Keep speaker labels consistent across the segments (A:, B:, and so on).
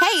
A: Hey,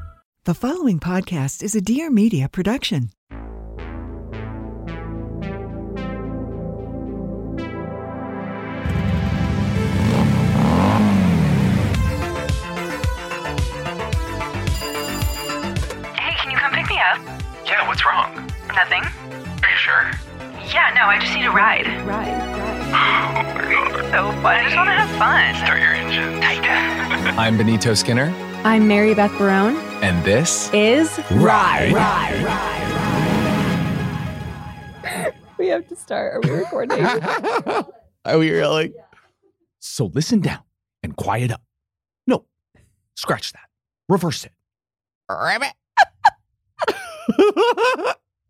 B: The following podcast is a Dear Media production.
C: Hey, can you come pick me up?
D: Yeah, what's wrong?
C: Nothing.
D: Are you sure?
C: Yeah, no, I just need a ride.
D: Oh my god.
C: So fun. I just want to have fun.
D: Start your engine.
E: I'm Benito Skinner,
F: I'm Mary Beth Barone.
E: and this
F: Is
E: Ride.
F: we have to start? Are we recording?
E: Are we really? So listen down and quiet up. No, scratch that. Reverse it. Ribbit.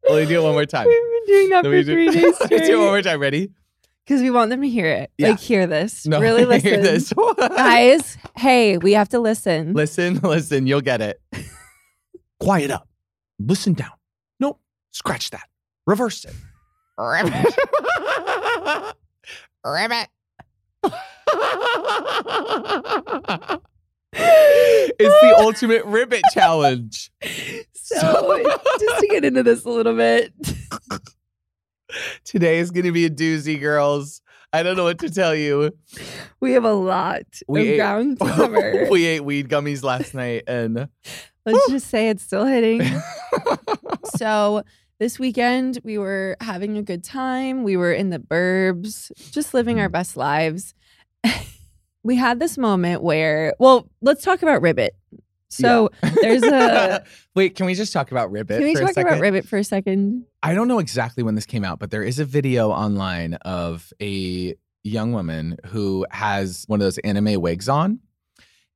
E: Let me do it one more time.
F: We've been doing that
E: Let me do-
F: for three days
E: Let's do it one
F: straight
E: more time. Ready?
F: because we want them to hear it.
E: Yeah.
F: Like hear this. really listen,
E: Hear this.
F: guys. Hey, we have to listen.
E: Listen, listen, you'll get it. Quiet up. Listen down. Nope. Scratch that. Reverse it. Ribbit. Ribbit. it's the ultimate ribbit challenge.
F: So just to get into this a little bit,
E: Today is going to be a doozy, girls. I don't know what to tell you.
F: we have a lot
E: We
F: of
E: ate-
F: ground to cover.
E: we ate weed gummies last night and
F: Let's just say it's still hitting. so this weekend we were having a good time. We were in the burbs, just living
E: Mm.
F: our best lives. we had this moment where, well, let's talk about Ribbit. So there's a.
E: Wait, can we just talk about Ribbit?
F: Can we
E: for a
F: talk
E: second?
F: about Ribbit for a second?
E: I don't know exactly when this came out, but there is a video online of a young woman who has one of those anime wigs on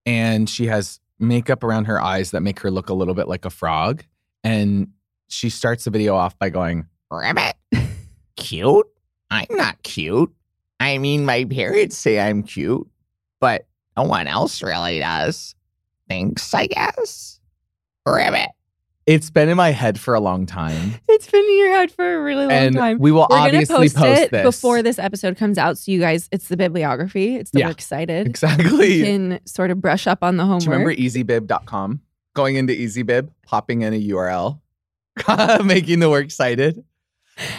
E: and she has makeup around her eyes that make her look a little bit like a frog. And she starts the video off by going, Rabbit, cute? I'm not cute. I mean, my parents say I'm cute, but no one else really does. Thanks, I guess. Rabbit. It's been in my head for a long time
F: It's been in your head for a really long
E: and
F: time.
E: we will
F: We're gonna
E: obviously
F: post, it
E: this
F: before this episode comes out, so you guys, it's the bibliography. It's the
E: Yeah.
F: we're excited.
E: Exactly.
F: You can sort of brush up on the homework.
E: Do you remember easybib.com? Going into easybib, popping in a URL, making the work cited.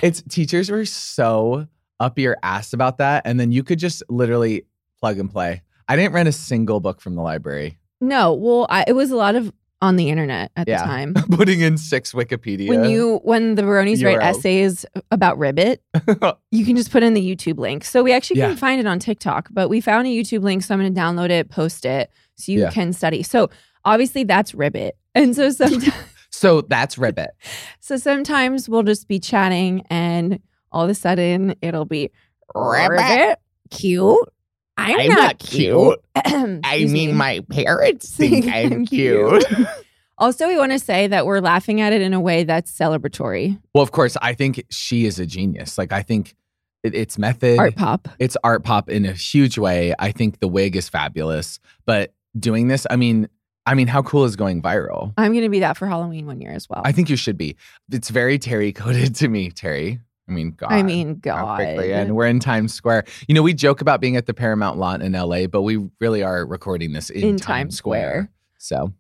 E: It's teachers were so up your ass about that, and then you could just literally plug and play. I didn't rent a single book from the library.
F: No, well, I, it was a lot of on the internet at
E: Yeah.
F: the time.
E: Putting in six Wikipedia.
F: When you when the Baronis write
E: URLs.
F: essays about Ribbit, you can just put in the YouTube link. So we actually
E: Yeah.
F: can find it on TikTok, but we found a YouTube link, so I'm going to download it, post it, so you
E: Yeah.
F: can study. So obviously that's Ribbit, and so sometimes,
E: so that's Ribbit.
F: so sometimes we'll just be chatting, and all of a sudden it'll be
E: Ribbit.
F: Ribbit cute. I'm, not, cute. Excuse me.
E: my parents
F: Think I'm Also, we want to say that we're laughing at it in a way that's celebratory,
E: Well, of course, I think she is a genius. Like, I think it, it's method,
F: art pop.
E: it's art pop in a huge way. I think the wig is fabulous, but doing this, I mean, I mean, how cool is going viral?
F: I'm gonna be that for Halloween one year as well.
E: I think you should be. It's very Terry coded to me, Terry. I mean, God.
F: I mean,
E: How
F: God.
E: quickly, and we're in Times Square. You know, we joke about being at the Paramount lot in LA, but we really are recording this in,
F: In Times Square.
E: So,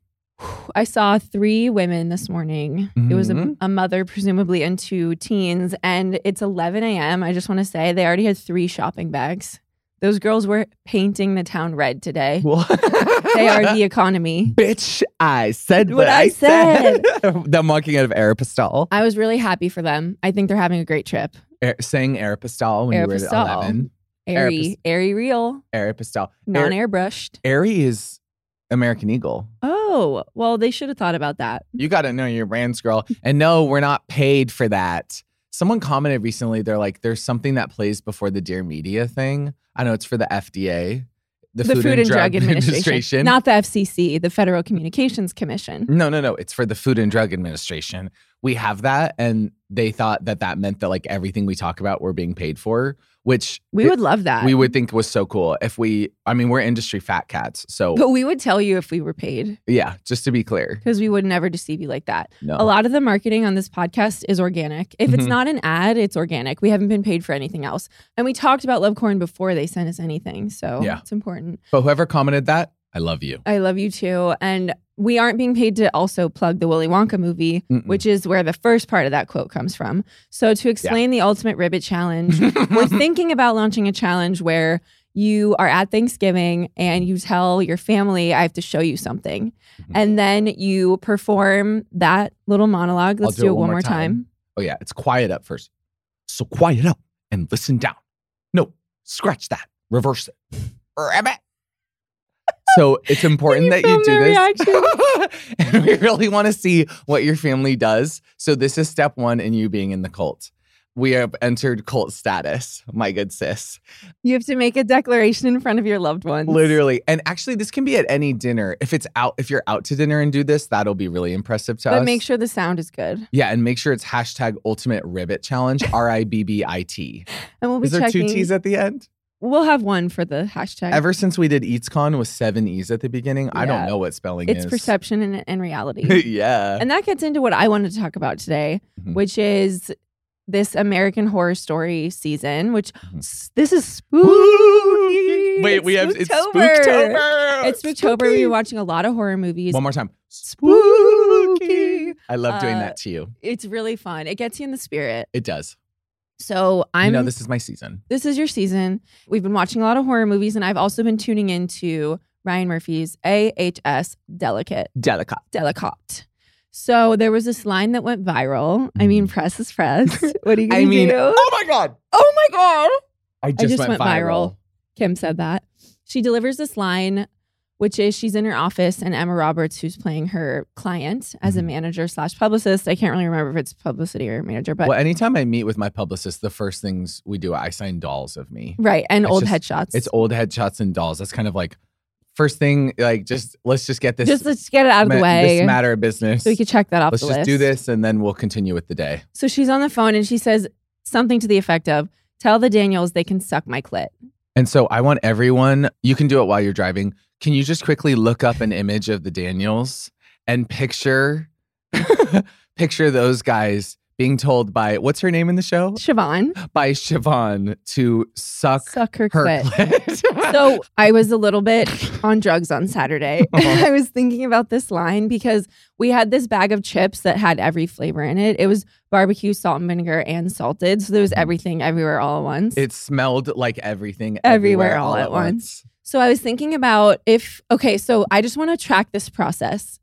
F: I saw three women this morning. It was a,
E: Mhm.
F: a mother, presumably, and two teens, and it's 11 a.m. I just want to say they already had three shopping bags. Those girls were painting the town red today.
E: Well,
F: They are the economy.
E: bitch. I said
F: What I
E: Them walking out of Aeropostale,
F: I was really happy for them. I think they're having a great trip.
E: Air, saying Aeropostale when you were
F: Aeropostale.
E: at eleven.
F: Airy, airy real,
E: Aeropostale.
F: non airbrushed.
E: Airy is American Eagle.
F: Oh, well, they should have thought about that.
E: You got to know your brands, girl. And no, we're not paid for that. Someone commented recently, they're like, there's something that plays before the Dear Media thing. I know it's for the FDA, the,
F: The, Food, and Drug, Administration.
E: Administration.
F: not the FCC, the Federal Communications Commission.
E: no, no, no. It's for the Food and Drug Administration. We have that. And they thought that that meant that like everything we talk about, we're being paid for, which
F: We would love that.
E: we would think was so cool if we, I mean, we're industry fat cats. So
F: but we would tell you if we were paid
E: yeah, just to be clear.
F: because we would never deceive you like that.
E: No.
F: A lot of the marketing on this podcast is organic. If it's
E: Mhm.
F: not an ad, it's organic. We haven't been paid for anything else. And we talked about Love Corn before they sent us anything. So
E: Yeah.
F: it's important.
E: But whoever commented that, I love you.
F: I love you too. And we aren't being paid to also plug the Willy Wonka movie,
E: Mm-mm.
F: which is where the first part of that quote comes from. So to explain the ultimate ribbit challenge, we're thinking about launching a challenge where you are at Thanksgiving and you tell your family, I have to show you something.
E: Mhm.
F: And then you perform that little monologue. Let's
E: do it
F: it one more time.
E: Oh yeah, it's quiet up first. So quiet up and listen down. No, scratch that. Reverse it. Rabbit. So it's important that
F: Can you
E: you do
F: film
E: this. and we really want to see what your family does. So this is step one in you being in the cult. We have entered cult status, my good sis.
F: You have to make a declaration in front of your loved ones.
E: Literally. And actually, this can be at any dinner. If it's out, if you're out to dinner and do this, that'll be really impressive to us.
F: But make sure the sound is good.
E: Yeah, and make sure it's hashtag ultimate ribbit challenge, R I B B I T.
F: And we'll be
E: Is there
F: checking.
E: two T's at the end?
F: we'll have one for the hashtag.
E: Ever since we did EatsCon with seven E's at the beginning, I don't
F: Yeah.
E: know what spelling
F: it's
E: is.
F: perception and, and reality.
E: yeah.
F: and that gets into what I wanted to talk about today,
E: Mhm.
F: which is this American Horror Story season, which
E: Mhm.
F: s- this is spooky.
E: Wait,
F: It's
E: we have it's
F: Spooktober.
E: Spooktober.
F: It's Spooktober. We
E: Spooky.
F: were watching a lot of horror movies.
E: One more time.
F: Spooky.
E: I love doing
F: Uh,
E: that to you.
F: It's really fun. It gets you in the spirit.
E: It does.
F: So I'm
E: You know, this is my season.
F: this is your season. We've been watching a lot of horror movies, and I've also been tuning into Ryan Murphy's AHS Delicate.
E: Delicate.
F: Delicate. So there was this line that went viral. I mean, press is press. What are you
E: Mm. I
F: going to
E: mean,
F: do?
E: oh my God.
F: Oh my God.
E: I just,
F: just
E: went,
F: went
E: viral.
F: viral. Kim said that. She delivers this line, which is she's in her office, and Emma Roberts, who's playing her client as a
E: Mhm.
F: manager slash publicist. I can't really remember if it's publicity or manager, but
E: well, anytime I meet with my publicist, the first things we do, I sign dolls of me.
F: right. And
E: It's
F: old
E: just-
F: headshots.
E: It's old headshots and dolls. That's kind of like first thing, like just let's just get this
F: just let's get it out of the
E: ma-
F: way.
E: This matter of business.
F: So we could check that off
E: Let's
F: the
E: just
F: list.
E: do this and then we'll continue with the day.
F: So she's on the phone and she says something to the effect of, Tell the Daniels they can suck my clit.
E: And so I want everyone, you can do it while you're driving. Can you just quickly look up an image of the Daniels and picture picture those guys being told by what's her name in the show?
F: Siobhan,
E: By Siobhan to suck,
F: suck her,
E: her
F: clit.
E: clit.
F: So I was a little bit on drugs on Saturday.
E: Uh-huh.
F: I was thinking about this line because we had this bag of chips that had every flavor in it. It was barbecue, salt and vinegar, and salted. So there was everything everywhere all at once.
E: Mm-hmm. it smelled like everything
F: Everywhere all at
E: once.
F: so I was thinking about if, okay, so I just want to track this process.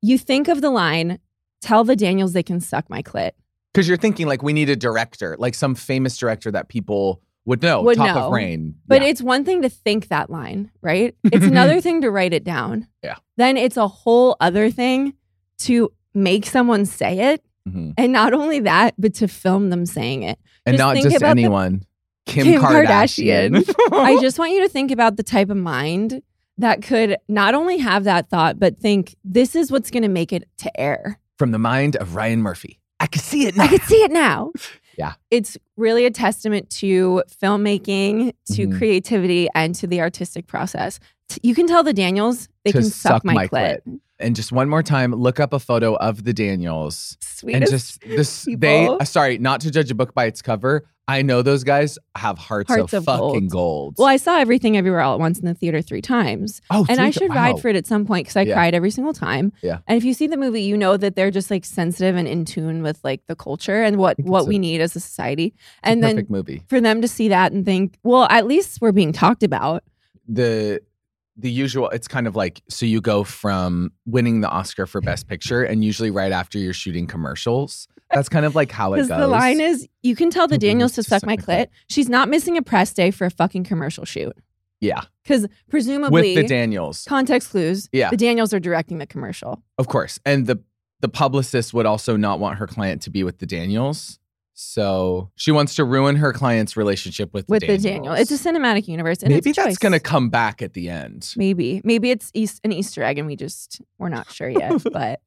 F: You think of the line, tell the Daniels they can suck my clit.
E: Because you're thinking like we need a director, like some famous director that people would know,
F: Would
E: top
F: know.
E: of rain.
F: But
E: Yeah.
F: it's one thing to think that line, right? It's another thing to write it down.
E: Yeah.
F: Then it's a whole other thing to make someone say it.
E: Mhm.
F: And not only that, but to film them saying it.
E: and
F: just
E: not
F: think
E: just
F: about the-
E: anyone. Kim,
F: Kim
E: Kardashian.
F: I just want you to think about the type of mind that could not only have that thought, but think this is what's going to make it to air.
E: From the mind of Ryan Murphy. I can see it now.
F: I could see it now.
E: Yeah.
F: It's really a testament to filmmaking, to
E: Mhm.
F: creativity, and to the artistic process. T- You can tell the Daniels they
E: To
F: can suck,
E: suck my
F: my, clit.
E: And just one more time, look up a photo of the Daniels.
F: Sweetest.
E: and just this they
F: people.
E: uh, sorry not to judge a book by its cover i know those guys have hearts,
F: Hearts
E: of,
F: of
E: fucking gold,
F: gold. well, I saw everything everywhere all at once in the theater three times.
E: oh
F: And I
E: three-
F: should
E: wow.
F: ride for it at some point because I
E: Yeah.
F: cried every single time.
E: Yeah.
F: And if you see the movie, you know that they're just like sensitive and in tune with like the culture and what
E: think
F: what
E: it's a-
F: we need as a society.
E: It's a
F: And then
E: perfect movie
F: for them to see that and think, well, at least we're being talked about.
E: the the usual it's kind of like so you go from winning the oscar for best picture and usually right after you're shooting commercials that's kind of like how Oh, it Mm-hmm.
F: Because
E: goes
F: the line is, you can tell the
E: Nobody
F: Daniels
E: needs
F: to suck my clit. She's not missing a press day for a fucking commercial shoot.
E: yeah
F: Because
E: with
F: presumably,
E: the daniels
F: context clues,
E: Yeah.
F: the Daniels are directing the commercial.
E: of course and the the publicist would also not want her client to be with the daniels so she wants to ruin her client's relationship with the
F: with
E: daniels.
F: the Daniel. It's a cinematic universe. And
E: Maybe
F: it's a
E: that's
F: choice.
E: going to come back at the end.
F: Maybe. Maybe it's East, an Easter egg and we just, we're not sure yet. but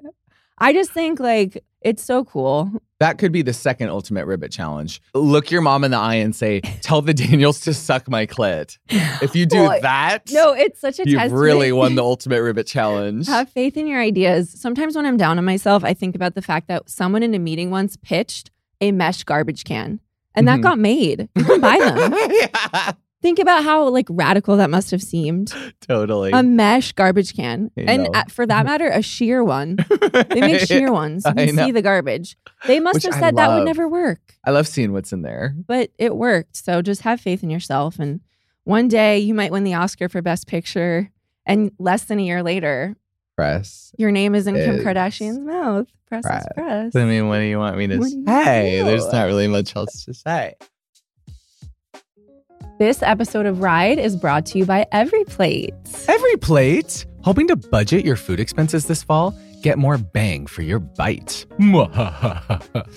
F: I just think like it's so cool.
E: That could be the second ultimate ribbit challenge. Look your mom in the eye and say, "Tell the Daniels to suck my clit." If you do
F: Well,
E: that,
F: No, it's such a
E: you've
F: test.
E: really won the ultimate ribbit challenge.
F: Have faith in your ideas. Sometimes when I'm down on myself, I think about the fact that someone in a meeting once pitched a mesh garbage can and that
E: Mhm.
F: got made. You can buy them.
E: yeah,
F: think about how like radical that must have seemed.
E: totally.
F: A mesh garbage can.
E: I
F: And
E: know.
F: uh, for that matter, a sheer one. They make sheer ones. You
E: I
F: can
E: know.
F: see the garbage. They must
E: Which
F: have
E: I
F: said that would
E: love.
F: never work,
E: I love seeing what's in there.
F: but it worked. So just have faith in yourself. And one day you might win the Oscar for Best Picture. And less than a year later,
E: Press.
F: your name is in Kim
E: Is-
F: Kardashian's mouth. Press is press.
E: I mean, what do you want me to
F: What do you
E: say?
F: do?
E: There's not really much else to say.
F: This episode of Ride is brought to you by Every Plate.
E: Every plate. Hoping to budget your food expenses this fall? Get more bang for your bite.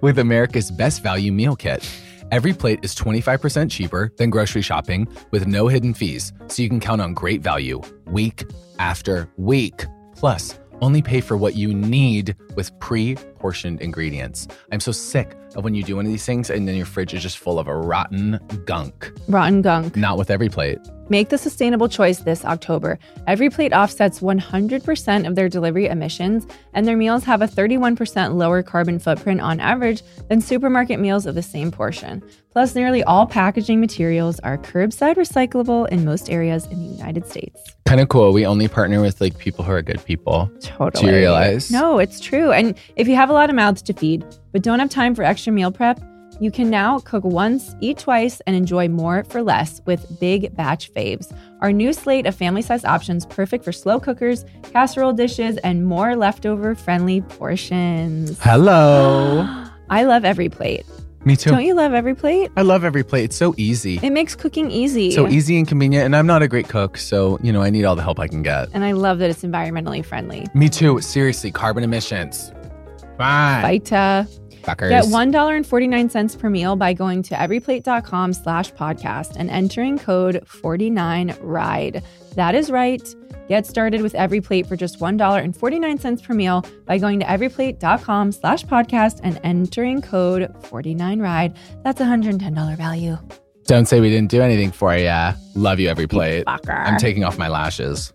E: With America's Best Value Meal Kit. Every plate is 25% cheaper than grocery shopping with no hidden fees, so you can count on great value week after week. Plus, only pay for what you need with pre portioned ingredients. I'm so sick of when you do one of these things and then your fridge is just full of a rotten gunk.
F: Rotten Gunk.
E: Not with every plate.
F: Make the sustainable choice this October. Every plate offsets 100% of their delivery emissions, and their meals have a 31% lower carbon footprint on average than supermarket meals of the same portion. Plus, nearly all packaging materials are curbside recyclable in most areas in the United States.
E: kind of cool. We only partner with like people who are good people.
F: Totally.
E: realize?
F: No, it's true. And if you have a lot of mouths to feed, but don't have time for extra meal prep, you can now cook once, eat twice, and enjoy more for less with Big Batch Faves. Our new slate of family sized options, perfect for slow cookers, casserole dishes, and more leftover friendly portions.
E: Hello.
F: I love every plate.
E: Me too.
F: Don't you love every plate?
E: I love every plate. It's so easy.
F: It makes cooking easy.
E: So easy and convenient. And I'm not a great cook. So, you know, I need all the help I can get.
F: And I love that it's environmentally friendly.
E: Me too. Seriously, carbon emissions. Bye.
F: Vita.
E: Fuckers.
F: Get $1.49 per meal by going to everyplate.com slash podcast and entering code 49RIDE. That is right. Get started with Every Plate for just $1.49 per meal by going to everyplate.com slash podcast and entering code 49RIDE. That's $110 value.
E: Don't say we didn't do anything for you. Love you, every plate.
F: Fucker.
E: I'm taking off my lashes.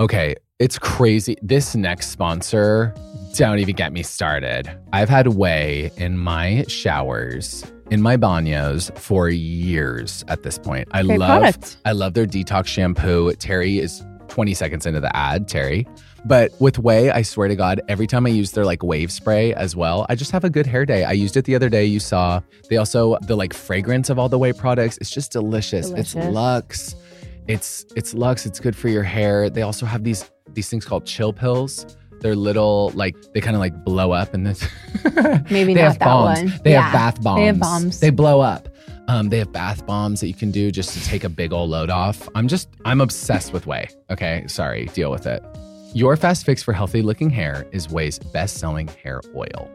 E: Okay, it's crazy. This next sponsor, don't even get me started. I've had whey in my showers, in my baños for years at this point. I
F: Great
E: love
F: product.
E: I love their detox shampoo. Terry is 20 seconds into the ad, Terry. But with Whey, I swear to God, every time I use their like wave spray as well, I just have a good hair day. I used it the other day, you saw. They also, the like fragrance of all the Whey products, it's just delicious. It's
F: Delicious.
E: luxe. It's it's luxe. It's good for your hair. They also have these these things called chill pills. They're little like they kind of like blow up and then
F: Maybe
E: they
F: not
E: have
F: that
E: bombs.
F: one.
E: They
F: Yeah.
E: have bath bombs.
F: They have bombs.
E: They blow up. Um, they have bath bombs that you can do just to take a big old load off. I'm just, I'm obsessed with Way. Okay, sorry, deal with it. Your fast fix for healthy looking hair is Way's best selling hair oil.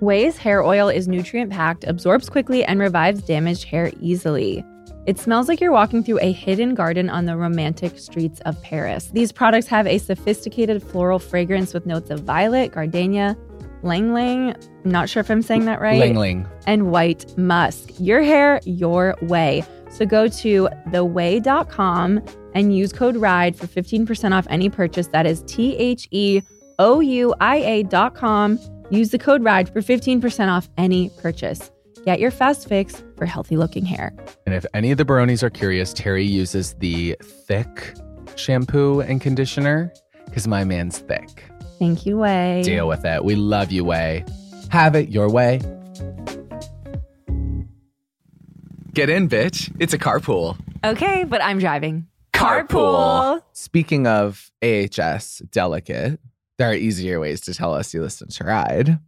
F: Way's hair oil is nutrient packed, absorbs quickly, and revives damaged hair easily. It smells like you're walking through a hidden garden on the romantic streets of Paris. These products have a sophisticated floral fragrance with notes of violet, gardenia, lang lang, not sure if I'm saying that right,
E: Ling Ling.
F: and white musk. Your hair, your way. So go to theway.com and use code RIDE for 15% off any purchase. That is T H E O U I A dot com. Use the code RIDE for 15% off any purchase. Get your fast fix for healthy looking hair.
E: And if any of the baronies are curious, Terry uses the thick shampoo and conditioner because my man's thick.
F: Thank you, Way.
E: Deal with it. We love you, Way. Have it your way. Get in, bitch. It's a carpool.
F: Okay, but I'm driving.
E: Speaking of AHS delicate, there are easier ways to tell us you listen to Ride.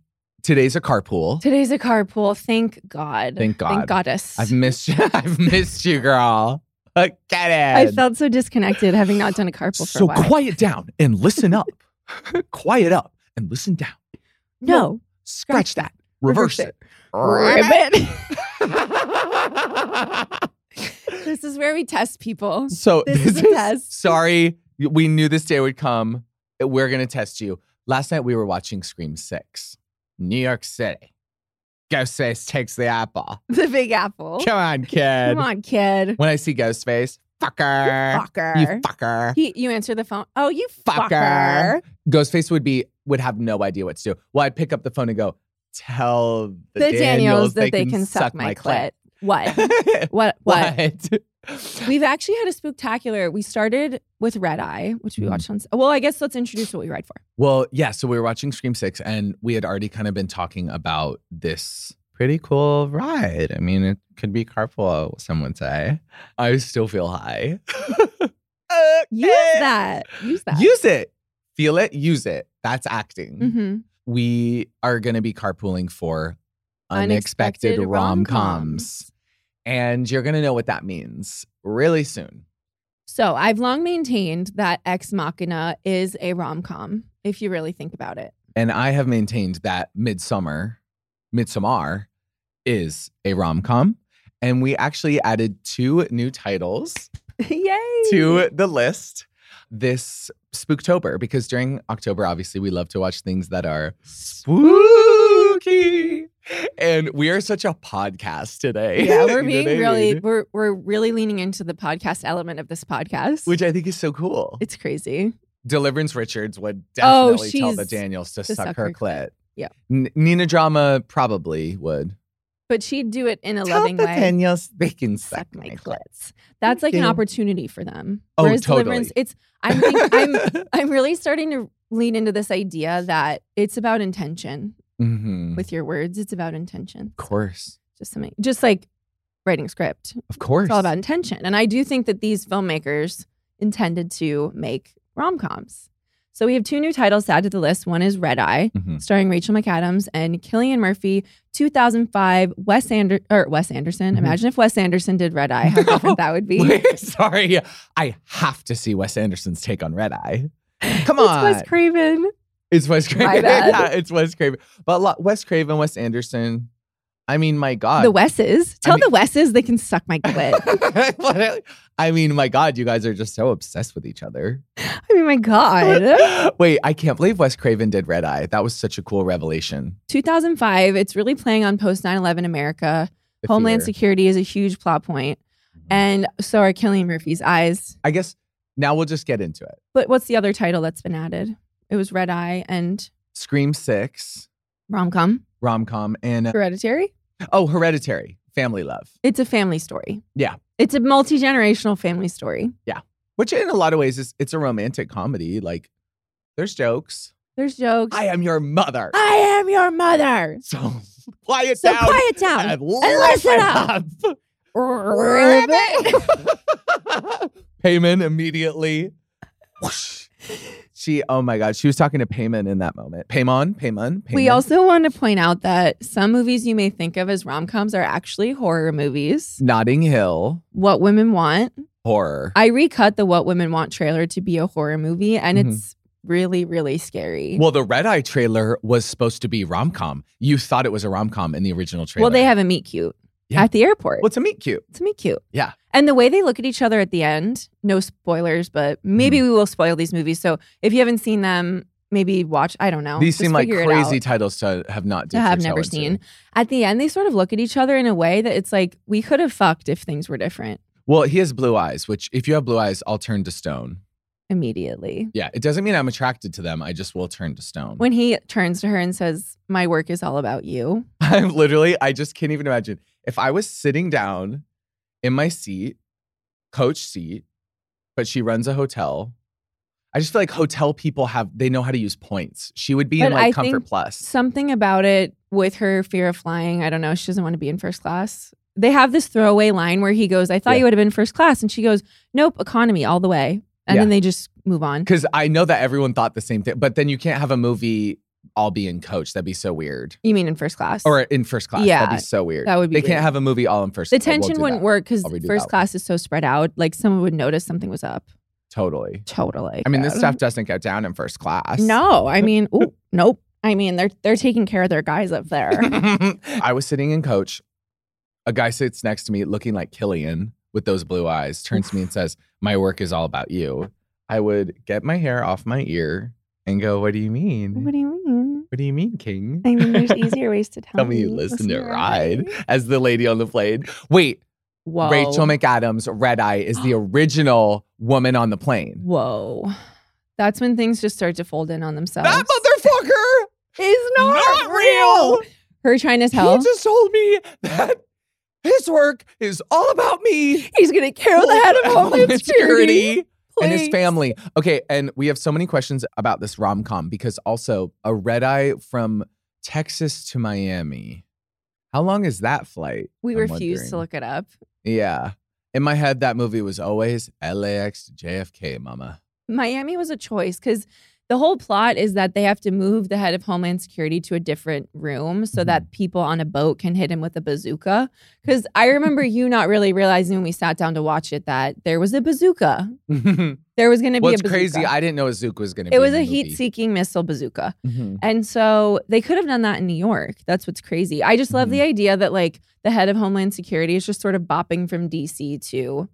E: Today's a carpool.
F: Today's a carpool. Thank God.
E: Thank God.
F: Thank goddess.
E: I've missed you. I've missed you, girl. Get it.
F: I felt so disconnected having not done a carpool for
E: so
F: a while.
E: quiet down and listen up. quiet up and listen down.
F: No.
E: Scratch that. Reverse,
F: Reverse
E: it.
F: Ribbit. this is where we test people.
E: so
F: This is a test.
E: Sorry, we knew this day would come. We're gonna test you. Last night we were watching Scream Six, New York City. Ghostface takes the apple.
F: The Big Apple.
E: Come on, kid.
F: Oh, Come on, kid.
E: When I see Ghostface, fucker,
F: Fucker.
E: you fucker.
F: He, you answer the phone. Oh, you
E: Fucker.
F: fucker.
E: Ghostface would be would have no idea what to do. Well, I'd pick up the phone and go, "Tell the,
F: The Daniels, that they, can, suck, my clit. What? What? What?
E: what?
F: We've actually had a spooktacular. We started with Red Eye, which we
E: Mm.
F: watched on. s- Well, I guess let's introduce what we ride for.
E: Well, yeah. So we were watching Scream Six, and we had already kind of been talking about this pretty cool ride. I mean, it could be carpool. Some would say. I still feel high. Okay.
F: Use that. Use that.
E: Use it. Feel it. Use it. That's acting.
F: hmm
E: We are going to be carpooling for unexpected,
F: Unexpected
E: rom coms,
F: rom-coms.
E: and you're going to know what that means really soon.
F: So I've long maintained that Ex Machina is a rom com. If you really think about it,
E: And I have maintained that Midsummer, Midsommar, is a rom com. And we actually added two new titles
F: yay!
E: to the list this Spooktober, because during October, obviously, we love to watch things that are spooky. And we are such a podcast today.
F: yeah,
E: You
F: we're
E: know
F: being
E: what I
F: really
E: mean?
F: we're we're really leaning into the podcast element of this podcast,
E: Which I think is so cool.
F: it's crazy.
E: Deliverance Richards would
F: Oh,
E: definitely tell the
F: she's-
E: Daniels to,
F: to
E: suck,
F: suck
E: her
F: her
E: clit.
F: clit. Yeah.
E: N- Nina Drama probably would.
F: But she'd do it in a loving way.
E: Daniels, they can
F: suck my clits. That's like an
E: Okay.
F: opportunity for them.
E: Oh,
F: Whereas
E: totally.
F: Deliverance, it's I'm think, I'm I'm really starting to lean into this idea that it's about intention
E: Mhm.
F: with your words. It's about intention.
E: Of course.
F: Just something, just like writing a script.
E: Of course.
F: It's all about intention, and I do think that these filmmakers intended to make rom coms. So we have two new titles to add to the list. One is Red Eye,
E: Mhm.
F: starring Rachel McAdams and Killian Murphy, 2005. Wes Ander- or Wes Anderson.
E: Mhm.
F: Imagine if Wes Anderson did Red Eye, how different that would be.
E: Wait, sorry. I have to see Wes Anderson's take on Red Eye. Come
F: It's
E: on.
F: Wes Craven.
E: It's Wes Craven.
F: bad.
E: yeah, it's Wes Craven. But lo- Wes Craven, Wes Anderson. I mean, my God.
F: The Wesses. Tell
E: mean-
F: the Wesses they can suck my clit.
E: I mean, my God, you guys are just so obsessed with each other.
F: I mean, my God.
E: Wait, I can't believe Wes Craven did Red Eye. That was such a cool revelation.
F: 2005, it's really playing on post 9 11 America.
E: The
F: Homeland
E: fear.
F: Security is a huge plot point,
E: Mm-hmm.
F: And so are Killian Murphy's eyes.
E: I guess now we'll just get into it.
F: But what's the other title that's been added? It was Red Eye and
E: Scream 6,
F: rom com,
E: rom com, and uh,
F: Hereditary.
E: Oh, Hereditary, Family Love,
F: It's a family story.
E: Yeah.
F: It's a multi generational family story.
E: which in a lot of ways is it's a romantic comedy. Like, there's jokes.
F: There's jokes.
E: I am your mother.
F: I am your mother.
E: So quiet
F: So
E: down.
F: quiet down.
E: And
F: listen up. Ribbit.
E: up. Payman immediately. Whoosh. She, oh my God, she was talking to Payman in that moment. Paymon, Paymon, Paymon.
F: We also want to point out that some movies you may think of as rom coms are actually horror movies.
E: Notting Hill
F: What Women Want.
E: horror.
F: I recut the What Women Want trailer to be a horror movie, and
E: Mhm.
F: it's really, really scary.
E: well, the Red Eye trailer was supposed to be rom com. You thought it was a rom com in the original trailer.
F: Well, they have a meet cute
E: Yeah.
F: at the airport.
E: Well, it's a meet cute.
F: it's a meet cute.
E: Yeah.
F: And the way they look at each other at the end, no spoilers, but maybe
E: Mm-hmm.
F: we will spoil these movies. So if you haven't seen them, maybe watch. I don't know.
E: These
F: Just
E: seem like
F: figure it out.
E: crazy titles to have not
F: to
E: dipped your
F: have
E: toe
F: never
E: into.
F: seen. At the end, they sort of look at each other in a way that it's like we could have fucked if things were different.
E: Well, he has blue eyes, which if you have blue eyes, I'll turn to stone.
F: immediately.
E: Yeah, it doesn't mean I'm attracted to them. I just will turn to stone.
F: When he turns to her and says, My work is all about you.
E: I'm literally, I just can't even imagine. If I was sitting down in my seat, coach seat, but she runs a hotel, I just feel like hotel people have, they know how to use points. She would be in
F: But
E: like
F: I
E: Comfort
F: think
E: Plus.
F: Something about it with her fear of flying. I don't know. She doesn't want to be in first class. They have this throwaway line where he goes, I thought
E: Yeah.
F: you would have been first class. And she goes, Nope, economy all the way. And
E: Yeah.
F: then they just move on.
E: Because I know that everyone thought the same thing, but then you can't have a movie all be in coach. That'd be so weird.
F: You mean in first class?
E: Or in first class. That'd
F: Yeah,
E: be so weird.
F: that would be
E: They
F: weird.
E: can't have a movie all in first
F: the
E: cla- we'll
F: tension
E: do
F: wouldn't
E: that.
F: work because
E: I'll redo that
F: first
E: one.
F: class is so spread out. Like someone would notice something was up.
E: Totally.
F: Totally.
E: I mean, this
F: God.
E: stuff doesn't go down in first class.
F: No, I mean, ooh, nope. I mean, they're they're taking care of their guys up there.
E: I was sitting in coach. A guy sits next to me looking like Killian with those blue eyes, turns to me and says, My work is all about you. I would get my hair off my ear and go, What do you mean?
F: what do you mean?
E: What do you mean, King?
F: I mean, there's easier ways to tell
E: Tell me you listen to ride as the lady on the plane. Wait,
F: Whoa.
E: Rachel McAdams, Red Eye, is the original woman on the plane.
F: Whoa. That's when things just start to fold in on themselves.
E: That motherfucker
F: is not,
E: not
F: real.
E: real.
F: Her trying to
E: He
F: tell.
E: just told me that his work is all about me.
F: He's gonna kill the head of Homeland Security.
E: and his
F: Please.
E: family. Okay, and we have so many questions about this rom com because also a red eye from Texas to Miami. How long is that flight?
F: We
E: I'm
F: refuse to
E: wondering.
F: look it up.
E: Yeah. In my head, that movie was always LAX to JFK, mama.
F: Miami was a choice because the whole plot is that they have to move the head of Homeland Security to a different room so
E: Mm-hmm.
F: that people on a boat can hit him with a bazooka. Because I remember you not really realizing when we sat down to watch it that there was a bazooka.
E: What's
F: There was going to be a bazooka.
E: crazy? I didn't know Azook was going to be.
F: it was
E: in
F: a
E: the movie.
F: heat seeking missile bazooka.
E: Mhm.
F: And so they could have done that in New York. That's what's crazy. I just love the idea that like the head of Homeland Security is just sort of bopping from DC to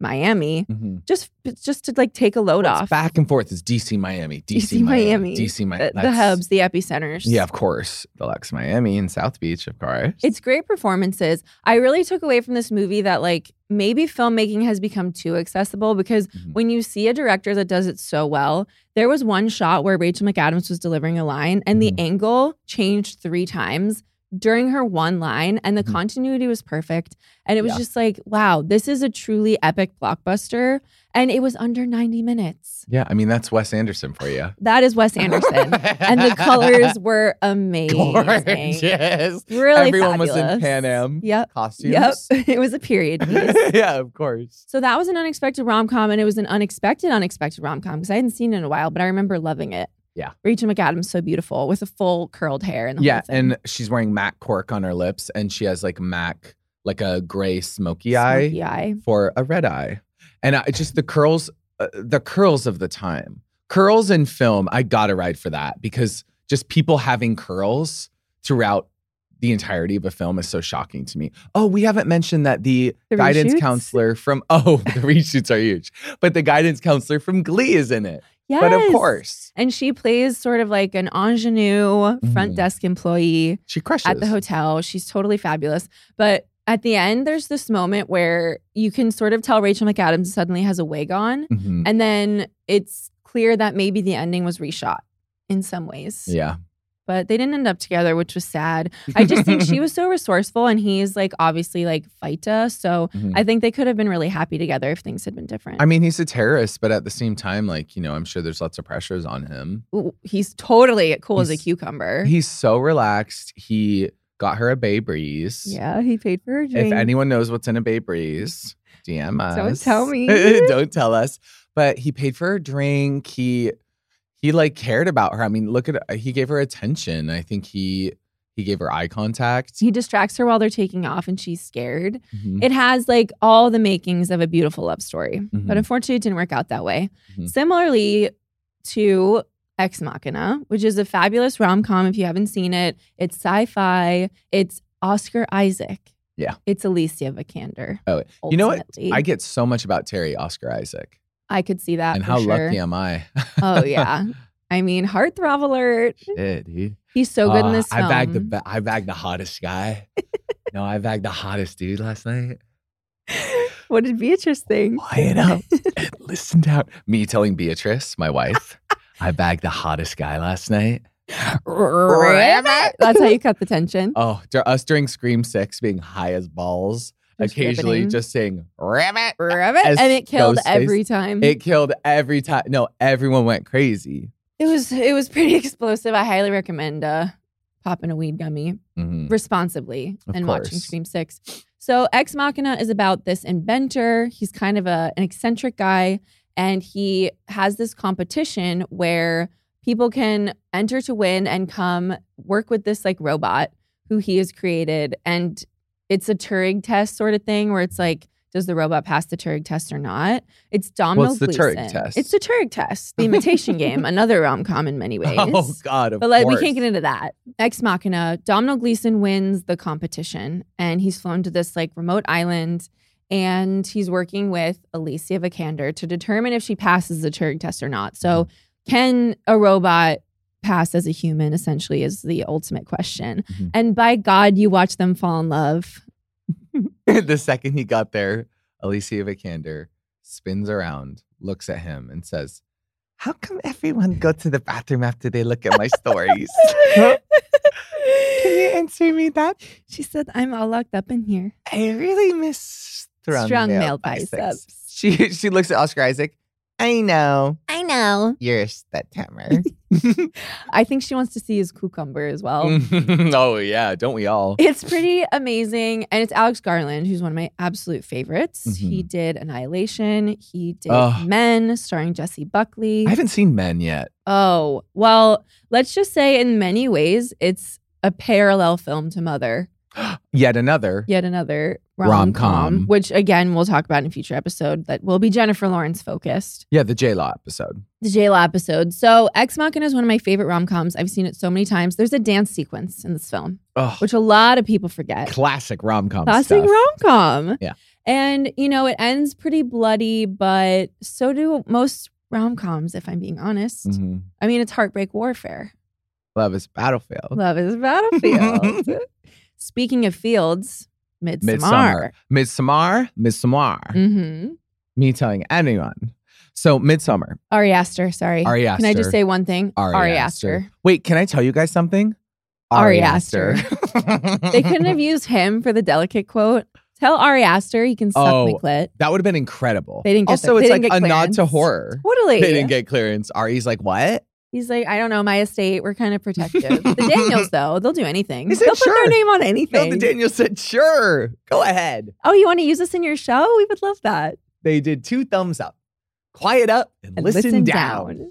F: Miami
E: Mhm.
F: just just to like take a load
E: It's
F: off.
E: back and forth. It's DC, Miami, DC,
F: DC,
E: Miami,
F: Miami.
E: DC, Miami.
F: the, the hubs, the epicenters.
E: Yeah, of course. The Lux Miami and South Beach, of course.
F: It's great performances. I really took away from this movie that like maybe filmmaking has become too accessible because
E: Mhm.
F: when you see a director that does it so well, there was one shot where Rachel McAdams was delivering a line and
E: Mhm.
F: the angle changed 3 times during her one line and the
E: Mhm.
F: continuity was perfect and it was
E: Yeah.
F: just like, wow, this is a truly epic blockbuster and it was under 90 minutes.
E: Yeah, I mean that's Wes Anderson for you.
F: That is Wes Anderson. and the colors were amazing.
E: gorgeous.
F: Really
E: Everyone was in
F: fabulous.
E: Pan Am.
F: Yep.
E: Costumes.
F: Yep. It was a period piece.
E: yeah, of course.
F: So that was an unexpected rom com, and it was an unexpected, unexpected rom com because I hadn't seen it in a while, but I remember loving it.
E: Yeah.
F: Rachel McAdams so beautiful with the full curled hair and the
E: Yeah,
F: whole thing.
E: and she's wearing Mac cork on her lips, and she has like Mac, like a gray smoky,
F: Smoky
E: eye
F: eye.
E: for a red eye, and I, just the curls, uh, the curls of the time, curls in film. I gotta ride for that because just people having curls throughout the entirety of a film is so shocking to me. Oh, we haven't mentioned that the,
F: The
E: guidance
F: reshoots?
E: counselor from oh the reshoots are huge, but the guidance counselor from Glee is in it.
F: Yes.
E: But of course,
F: And she plays sort of like an ingenue front
E: Mhm.
F: desk employee
E: she crushes
F: at the hotel. She's totally fabulous. But at the end, there's this moment where you can sort of tell Rachel McAdams suddenly has a wig on,
E: Mhm.
F: and then it's clear that maybe the ending was reshot in some ways.
E: Yeah,
F: but they didn't end up together, which was sad. I just think she was so resourceful, and he's like obviously like Fita. So
E: Mhm.
F: I think they could have been really happy together if things had been different.
E: I mean, he's a terrorist, but at the same time, like, you know, I'm sure there's lots of pressures on him.
F: Ooh, he's totally cool as a
E: He's-
F: cucumber.
E: He's so relaxed. He got her a Bay Breeze.
F: yeah, he paid for her drink.
E: If anyone knows what's in a Bay Breeze, DM us.
F: tell me.
E: Don't tell us. But he paid for her drink. He he like cared about her. I mean, look at he gave her attention. I think he he gave her eye contact.
F: he distracts her while they're taking off, and she's scared.
E: Mhm.
F: It has like all the makings of a beautiful love story, but
E: Mhm.
F: unfortunately, it didn't work out that way.
E: Mhm.
F: Similarly to Ex Machina, which is a fabulous rom com. If you haven't seen it, it's sci fi, it's Oscar Isaac.
E: Yeah.
F: It's Alicia Vikander.
E: Oh, you know what?
F: ultimately.
E: I get so much about Terry Oscar Isaac.
F: I could see that.
E: and
F: for
E: how
F: sure.
E: lucky am I?
F: oh, yeah. I mean, heartthrob alert.
E: Shit, dude.
F: He's so good
E: Uh,
F: in this film.
E: I bagged the ba- I bagged the hottest guy. no, I bagged the hottest dude last night.
F: What did Beatrice think?
E: Quiet up and listen down. Me telling Beatrice, my wife, I bagged the hottest guy last night.
F: Rabbit? That's how you cut the tension.
E: Oh, dur- us during Scream Six being high as balls,
F: Just
E: occasionally
F: riveting.
E: just saying rabbit.
F: Rabbit?
E: as
F: And it killed
E: Ghostface.
F: every time.
E: It killed every time. No, everyone went crazy.
F: It was it was pretty explosive. I highly recommend uh popping a weed gummy
E: Mhm.
F: responsibly
E: Of
F: and watching
E: course.
F: Scream Six. So Ex Machina is about this inventor. He's kind of a, an eccentric guy, and he has this competition where people can enter to win and come work with this like robot who he has created. And it's a Turing test sort of thing where it's like, does the robot pass the Turing test or not? It's Domino.
E: it's the Turing
F: Gleason.
E: test.
F: It's the Turing test, the imitation game, another rom com in many ways.
E: Oh God, of
F: But like,
E: course.
F: we can't get into that. Ex Machina, Domino Gleason wins the competition, and he's flown to this like remote island, and he's working with Alicia Vikander to determine if she passes the Turing test or not. So,
E: Mm-hmm.
F: can a robot pass as a human? Essentially, is the ultimate question.
E: Mhm.
F: And by God, you watch them fall in love.
E: the second he got there, Alicia Vikander spins around, looks at him, and says, "How come everyone go to the bathroom after they look at my stories? Can you answer me that?
F: she said, "I'm all locked up in here."
E: I really miss strong,
F: Strong
E: male,
F: male
E: biceps."
F: biceps.
E: She she looks at Oscar Isaac. I know
F: I know.
E: you're a stud timer.
F: I think she wants to see his cucumber as well.
E: oh yeah, don't we all?
F: It's pretty amazing. And it's Alex Garland, who's one of my absolute favorites.
E: Mhm.
F: He did Annihilation, he did
E: Ugh.
F: Men, starring Jesse Buckley.
E: I haven't seen Men yet.
F: oh, well, let's just say in many ways, it's a parallel film to Mother,
E: Yet another.
F: yet another rom
E: Rom-com.
F: com, which again, we'll talk about in a future episode that will be Jennifer Lawrence focused.
E: Yeah, the J Law episode.
F: the J Law episode. So Ex Machina is one of my favorite rom coms. I've seen it so many times. There's a dance sequence in this film,
E: Oh,
F: which a lot of people forget.
E: classic rom com.
F: Classic rom com.
E: Yeah.
F: And you know, it ends pretty bloody, but so do most rom coms, if I'm being honest.
E: hmm
F: I mean, it's heartbreak warfare.
E: Love is battlefield.
F: Love is a battlefield. Speaking of fields, Midsommar.
E: Midsummer. Midsummer. Midsummer.
F: Mm-hmm.
E: Me telling anyone. So Midsummer.
F: Ari Aster, sorry.
E: Ari
F: Can I just
E: Aster.
F: say one thing?
E: Wait, can I tell you guys something?
F: Ari they couldn't have used him for the delicate quote. Tell Ari Aster he can suck my
E: Oh,
F: clit.
E: That would have been incredible.
F: They didn't get
E: also,
F: the-
E: it's
F: they
E: like
F: didn't
E: a
F: get
E: nod to
F: clearance.
E: horror.
F: Totally.
E: They didn't get clearance. Ari's like, what?
F: He's like, I don't know, my estate. We're kind of protective. the Daniels, though, they'll do anything.
E: He said,
F: they'll put
E: "Sure."
F: their name on
E: No,
F: anything.
E: the Daniel said, sure, go ahead.
F: oh, you want to use this in your show? We would love that.
E: They did two thumbs up. Quiet up and,
F: And
E: listen, down.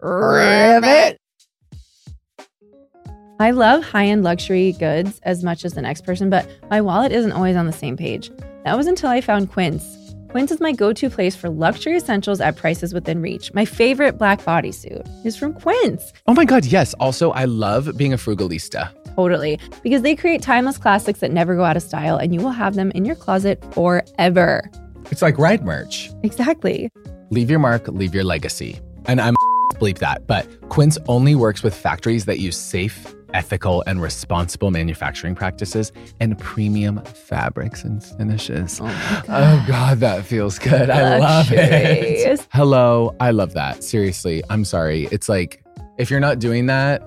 F: Rivet. I love high end luxury goods as much as the next person, but my wallet isn't always on the same page. That was until I found Quince. Quince is my go to place for luxury essentials at prices within reach. My favorite black bodysuit is from Quince.
E: Oh my God, yes. Also, I love being a frugalista.
F: Totally. Because they create timeless classics that never go out of style, and you will have them in your closet forever.
E: It's like ride merch.
F: Exactly.
E: Leave your mark, leave your legacy. And I'm bleep that, but Quince only works with factories that use safe, ethical, and responsible manufacturing practices and premium fabrics and finishes.
F: Oh my
E: Oh God, that feels good. I love it.
F: Luxurious.
E: Hello, I love that. Seriously, I'm sorry. It's like if you're not doing that,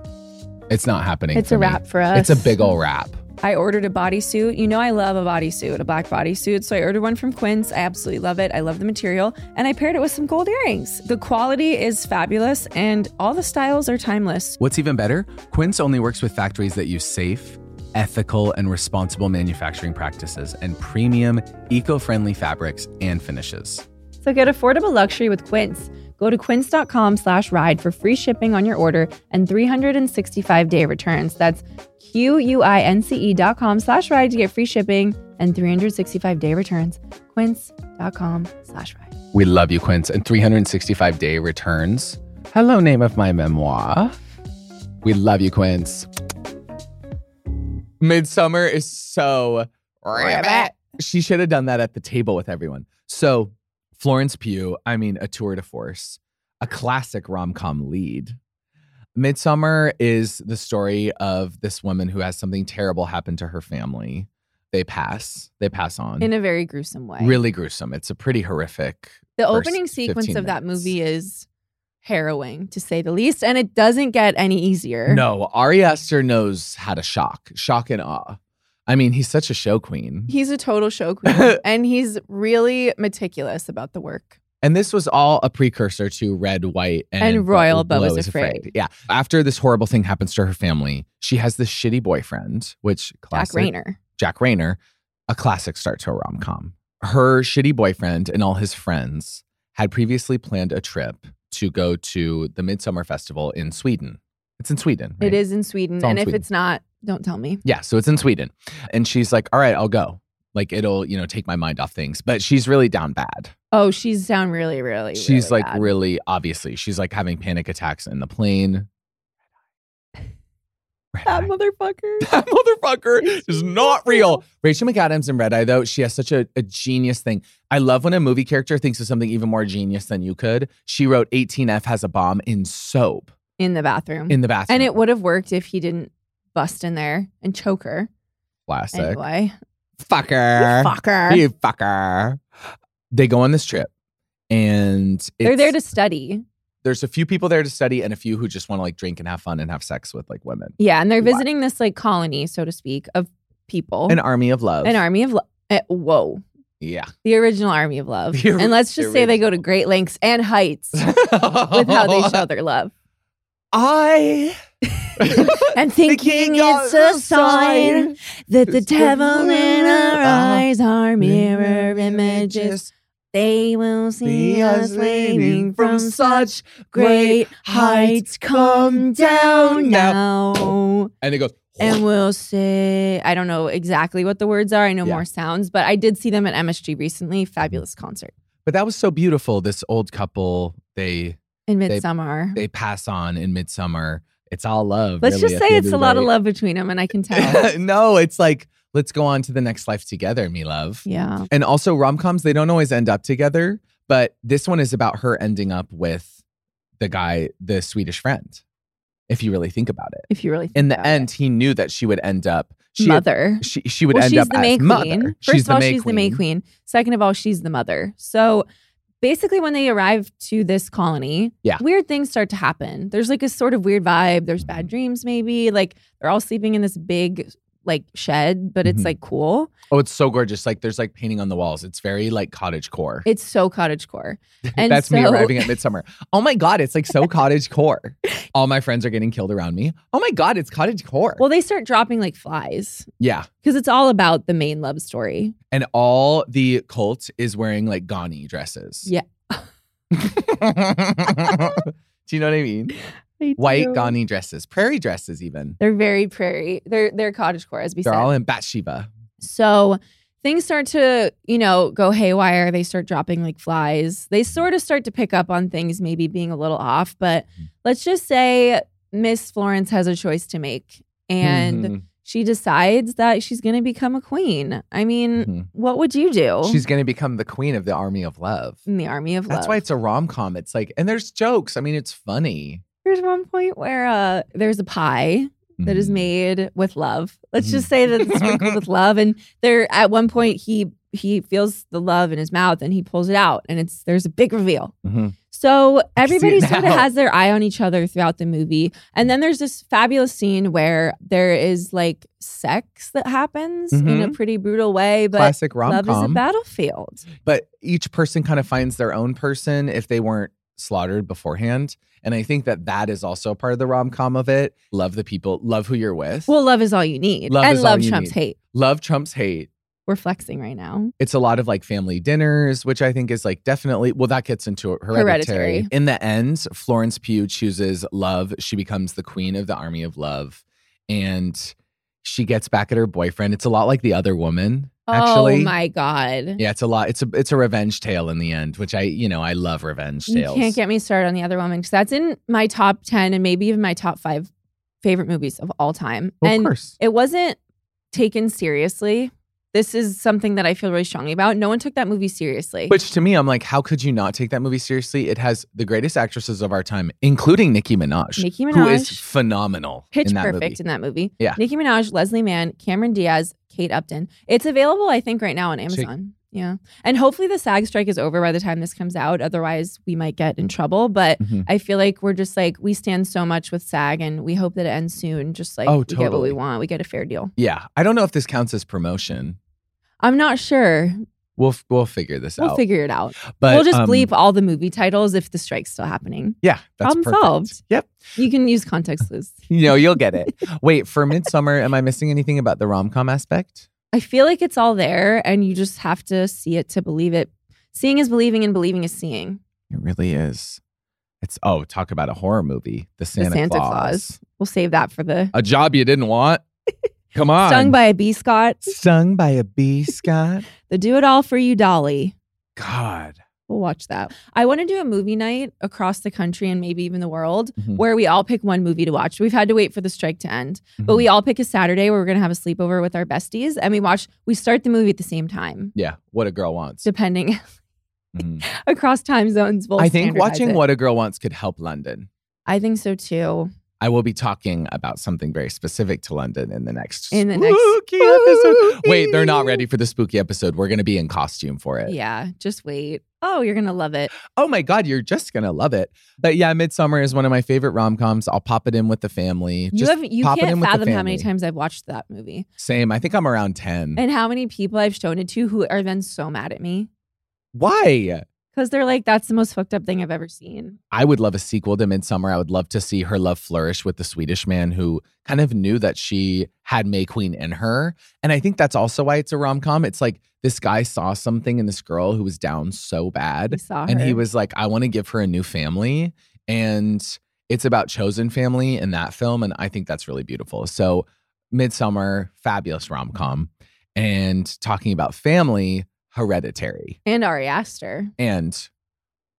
E: it's not happening.
F: It's
E: for
F: a
E: me.
F: wrap for us.
E: It's a big ol' wrap.
F: I ordered a bodysuit. You know, I love a bodysuit, a black bodysuit. So I ordered one from Quince. I absolutely love it. I love the material. And I paired it with some gold earrings. The quality is fabulous, and all the styles are timeless.
E: What's even better, Quince only works with factories that use safe, ethical, and responsible manufacturing practices and premium, eco-friendly fabrics and finishes.
F: So get affordable luxury with Quince. Go to quince.com slash ride for free shipping on your order and 365 day returns. That's Q-U-I-N-C-E E dot com slash ride to get free shipping and 365 day returns. Quince.com slash ride.
E: We love you, Quince, and 365-day returns. Hello, name of my memoir. We love you, Quince. Midsummer is so rabbit. She should have done that at the table with everyone. So Florence Pugh, I mean, a tour de force, a classic rom com lead. Midsummer is the story of this woman who has something terrible happen to her family. they pass. They pass on.
F: in a very gruesome way.
E: really gruesome. It's a pretty horrific.
F: The
E: first
F: opening sequence
E: 15
F: of that
E: minutes.
F: movie is harrowing, to say the least, and it doesn't get any easier.
E: No, Ari Aster knows how to shock, shock and awe. I mean, he's such a show queen.
F: He's a total show queen, and he's really meticulous about the work.
E: And this was all a precursor to Red, White, and,
F: And Royal Beau is Afraid.
E: Yeah. After this horrible thing happens to her family, she has this shitty boyfriend, which classic,
F: Jack Rayner.
E: Jack Rayner, a classic start to a rom com. Her shitty boyfriend and all his friends had previously planned a trip to go to the Midsummer Festival in Sweden. It's in Sweden. right?
F: It is in Sweden,
E: It's all in
F: and if
E: Sweden.
F: it's not, don't tell me.
E: Yeah, so it's in Sweden. And she's like, all right, I'll go. Like it'll, you know, take my mind off things. But she's really down bad.
F: Oh, she's down really, really.
E: she's
F: really
E: like
F: bad.
E: really obviously, she's like having panic attacks in the plane. Red
F: that
E: eye.
F: motherfucker.
E: That motherfucker
F: It's
E: is not real. Rachel McAdams in Red Eye, though, she has such a, a genius thing. I love when a movie character thinks of something even more genius than you could. She wrote 18F has a bomb in soap
F: in the bathroom,
E: in the bathroom.
F: Mm-hmm. and it would have worked if he didn't bust in there and choke her.
E: classic.
F: Anyway,
E: Fucker.
F: fucker.
E: You fucker. They go on this trip and it's,
F: They're there to study.
E: there's a few people there to study and a few who just want to like drink and have fun and have sex with like women.
F: Yeah, and they're
E: What?
F: visiting this like colony, so to speak, of people.
E: An army of love.
F: An army of love. whoa,
E: Yeah.
F: the original army of love.
E: The ori-
F: and let's
E: the
F: just say they go to
E: original.
F: great lengths and heights
E: With
F: with how they show their love.
E: I
F: And thinking it's a sign that the
E: It's the
F: devil in our
E: mirror.
F: eyes are mirror images. They will see
E: See
F: us leaning from such great heights.
E: come
F: Come down
E: down
F: now.
E: And it goes.
F: And we'll say, I don't know exactly what the words are. I know
E: Yeah.
F: more sounds, but I did see them at MSG recently. Fabulous concert
E: "Oh." but that was so beautiful. This old couple, they
F: in Midsummer.
E: they pass on in midsummer. It's all love.
F: Mm-hmm. Let's
E: really,
F: just
E: at
F: say
E: the
F: it's
E: end
F: a
E: the
F: lot of
E: day.
F: love between them, and I can tell.
E: no, it's like let's go on to the next life together, me love.
F: yeah.
E: And also rom coms, they don't always end up together, but this one is about her ending up with the guy, the Swedish friend. If you really think about it,
F: If you really think
E: in the
F: about it.
E: end, he knew that she would end up. She
F: Oh, mother.
E: She, she would end
F: she's
E: up
F: the
E: as
F: May
E: mother.
F: Queen. First
E: she's
F: of all,
E: the May
F: she's the May Queen. Second of all, she's the mother. So basically, when they arrive to this colony,
E: Yeah.
F: weird things start to happen. There's like a sort of weird vibe. There's
E: Mm-hmm.
F: bad dreams, maybe. Like they're all sleeping in this big like shed, but it's
E: Mhm.
F: like cool.
E: Oh, it's so gorgeous. Like there's like painting on the walls. It's very like cottage core.
F: It's so cottage core. And
E: That's me
F: so-
E: arriving at midsummer. Oh my god, it's like so cottage core. All my friends are getting killed around me. Oh my god, it's cottage core.
F: Well, they start dropping like flies
E: yeah.
F: because it's all about the main love story.
E: And all the cult is wearing like Ghani dresses.
F: Yeah.
E: Do you know what I mean? White
F: gone.
E: Ghani dresses, prairie dresses, even.
F: They're very prairie. They're they're cottage core, as we
E: They're
F: said.
E: all in Bathsheba.
F: So things start to, you know, go haywire. They start dropping like flies. They sort of start to pick up on things maybe being a little off, but
E: Hmm.
F: let's just say Miss Florence has a choice to make and mm,
E: Mhm,
F: she decides that she's going to become a queen. I mean,
E: mhm.
F: what would you do
E: she's going to become the queen of the army of love.
F: in the army of
E: That's
F: Mm, love?
E: why it's a rom com. It's like, and there's jokes. I mean, it's funny.
F: There's one point where uh, there's a pie that is
E: Mhm.
F: made with love. Let's
E: Mm-hmm.
F: just say that it's sprinkled with love. And there, at one point, he he feels the love in his mouth and he pulls it out, and it's there's a big reveal.
E: Mhm.
F: So
E: I can see it
F: everybody sort of
E: now.
F: has their eye on each other throughout the movie, and then there's this fabulous scene where there is like sex that happens in a
E: Mhm.
F: pretty brutal way, but
E: Classic rom
F: love is a
E: com.
F: battlefield.
E: but each person kind of finds their own person if they weren't slaughtered beforehand. And I think that that is also part of the rom com of it. Love the people, love who you're with.
F: Well, love is all you need,
E: Love
F: and
E: is all
F: love
E: you
F: trumps
E: need.
F: hate.
E: love trumps hate.
F: We're flexing right now.
E: It's a lot of like family dinners, which I think is like definitely, well, that gets into it. Hereditary.
F: Hereditary.
E: In the end, Florence Pugh chooses love. She becomes the queen of the army of love. And she gets back at her boyfriend. It's a lot like the other woman, actually.
F: oh my god!
E: Yeah, it's a lot. It's a it's a revenge tale in the end, which I you know I love revenge tales.
F: You can't get me started on the other woman because that's in my top ten and maybe even my top five favorite movies of all time.
E: Well,
F: and
E: of course.
F: it wasn't taken seriously This is something that I feel really strongly about. No one took that movie seriously.
E: Which to me, I'm like, how could you not take that movie seriously? It has the greatest actresses of our time, including Nicki Minaj,
F: Nicki Minaj,
E: who is phenomenal
F: pitch
E: in that
F: perfect
E: movie.
F: in that movie.
E: Yeah.
F: Nicki Minaj, Leslie Mann, Cameron Diaz, Kate Upton. It's available, I think, right now on
E: Check.
F: Amazon. Yeah. And hopefully the SAG strike is over by the time this comes out. Otherwise, we might get in trouble. But
E: Mhm.
F: I feel like we're just like, we stand so much with SAG and we hope that it ends soon. Just like,
E: Oh,
F: we get what we
E: totally.
F: want, we get a fair deal.
E: Yeah, I don't know if this counts as promotion.
F: I'm not sure.
E: We'll f- we'll figure this
F: We'll
E: out.
F: figure it out.
E: but
F: we'll just
E: um,
F: bleep all the movie titles if the strike's still happening.
E: Yeah, that's
F: Problem
E: perfect.
F: solved.
E: Yep.
F: You can use context clues.
E: You know, you'll get it. Wait, for Midsummer, am I missing anything about the rom com aspect?
F: I feel like it's all there and you just have to see it to believe it. Seeing is believing and believing is seeing.
E: It really is. It's oh, talk about a horror movie, The Santa,
F: Santa
E: Claus.
F: Claus. We'll save that for the
E: A job you didn't want. Come on.
F: sung by a B Scott,
E: sung by a bee, Scott.
F: the do it all for you Dolly.
E: God.
F: We'll watch that. I want to do a movie night across the country and maybe even the world
E: Mhm.
F: where we all pick one movie to watch. We've had to wait for the strike to end, but
E: Mm-hmm.
F: we all pick a Saturday where we're going to have a sleepover with our besties and we watch, we start the movie at the same time,
E: Yeah, what a girl wants.
F: depending
E: Mhm.
F: across time zones. We'll
E: I think
F: standardize
E: watching
F: it.
E: What a Girl Wants could help London.
F: I think so too.
E: I will be talking about something very specific to London in the next
F: In the next-
E: spooky episode. Wait, they're not ready for the spooky episode. We're going to be in costume for it.
F: Yeah, just wait. Oh, you're going to love it.
E: Oh my God, you're just going to love it. But yeah, Midsummer is one of my favorite rom coms. I'll pop it in with the family.
F: You
E: Just
F: have you
E: pop it in
F: can't
E: with the
F: fathom how many
E: family.
F: times I've watched that movie
E: Same. I think I'm around 10.
F: and how many people I've shown it to who are then so mad at me
E: Why?
F: because they're like, "That's the most fucked up thing I've ever seen."
E: I would love a sequel to Midsummer. I would love to see her love flourish with the Swedish man who kind of knew that she had May Queen in her. And I think that's also why it's a rom com. It's like this guy saw something in this girl who was down so
F: I
E: bad.
F: saw her,
E: And he was like, I want to give her a new family. And it's about chosen family in that film. And I think that's really beautiful. So, Midsummer, fabulous rom com. And talking about family, hereditary.
F: and Ari Aster,
E: And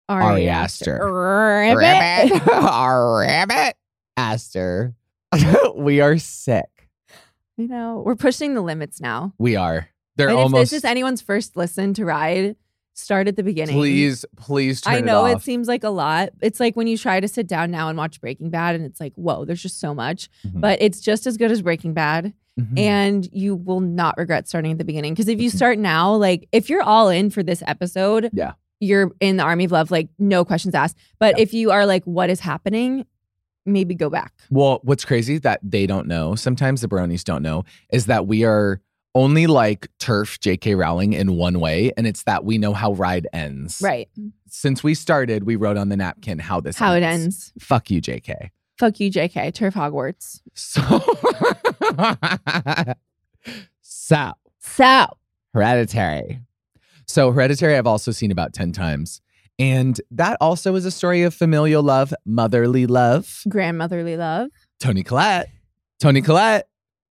F: Ari,
E: Ari Aster.
F: Ribbit.
E: rabbit. Our rabbit. Aster. we are sick.
F: you know, we're pushing the limits now.
E: We are. They're
F: And if
E: almost.
F: this is anyone's first listen to ride, start at the beginning.
E: please, please turn
F: I know
E: it
F: it,
E: off.
F: seems like a lot. It's like when you try to sit down now and watch Breaking Bad, and it's like, whoa, there's just so much.
E: Mhm.
F: But it's just as good as Breaking Bad.
E: Mhm.
F: and you will not regret starting at the beginning because if you start now like if you're all in for this episode
E: Mm-hmm. Yeah.
F: you're in the army of love like no questions asked but
E: Yeah.
F: if you are like what is happening maybe go back
E: well, what's crazy that they don't know, sometimes the bronies don't know, is that we are only like turf J.K. Rowling in one way, and it's that we know how Ride ends.
F: right
E: Since we started, we wrote on the napkin how this
F: how it
E: ends.
F: ends
E: Fuck you, J.K.
F: fuck you jk turf hogwarts
E: So, so
F: so
E: Hereditary. So, Hereditary, I've also seen about 10 times. And that also is a story of familial love, motherly love.
F: grandmotherly love
E: Tony Collette. Tony Collette.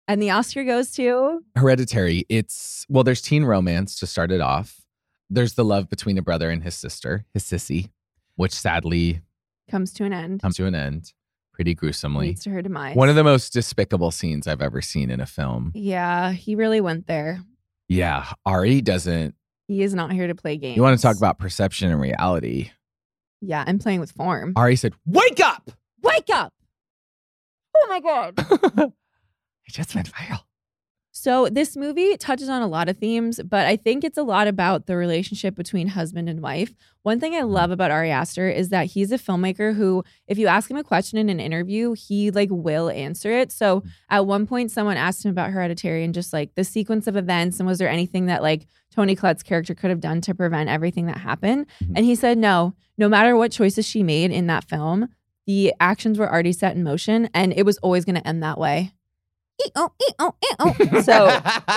F: and the oscar goes to
E: Hereditary. It's, well, there's teen romance to start it off. There's the love between a brother and his sister, his sissy, which sadly
F: comes to an end
E: comes to an end pretty gruesomely.
F: leads to her demise
E: One of the most despicable scenes I've ever seen in a film.
F: yeah he really went there
E: Yeah. Ari doesn't.
F: he is not here to play games
E: You want to talk about perception and reality?
F: yeah i'm playing with form
E: Ari said, Wake up!
F: wake up oh my god
E: I just went viral.
F: So this movie touches on a lot of themes, but I think it's a lot about the relationship between husband and wife. One thing I love about Ari Aster is that he's a filmmaker who, if you ask him a question in an interview, he like will answer it. So at one point, someone asked him about Hereditary and just like the sequence of events and was there anything that like Tony Collette's character could have done to prevent everything that happened?
E: Mhm.
F: And he said no. No matter what choices she made in that film, the actions were already set in motion, and it was always going to end that way. Ee-oh, ee-oh, ee-oh. So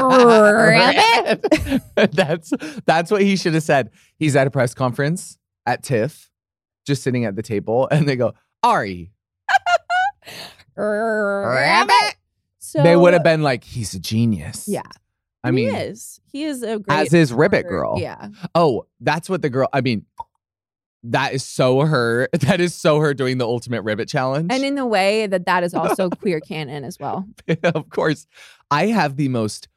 F: rabbit.
E: that's that's what he should have said. He's at a press conference at TIFF, just sitting at the table, and they go, Ari.
F: rabbit. So
E: they would have been like, he's a genius.
F: Yeah,
E: I
F: he
E: mean,
F: is. He is a great
E: as is Ribbit
F: actor.
E: Girl.
F: Yeah,
E: Oh, that's what the girl, I mean, that is so her. That is so her doing the ultimate ribbit challenge.
F: and in the way that that is also queer canon as well.
E: of course, I have the most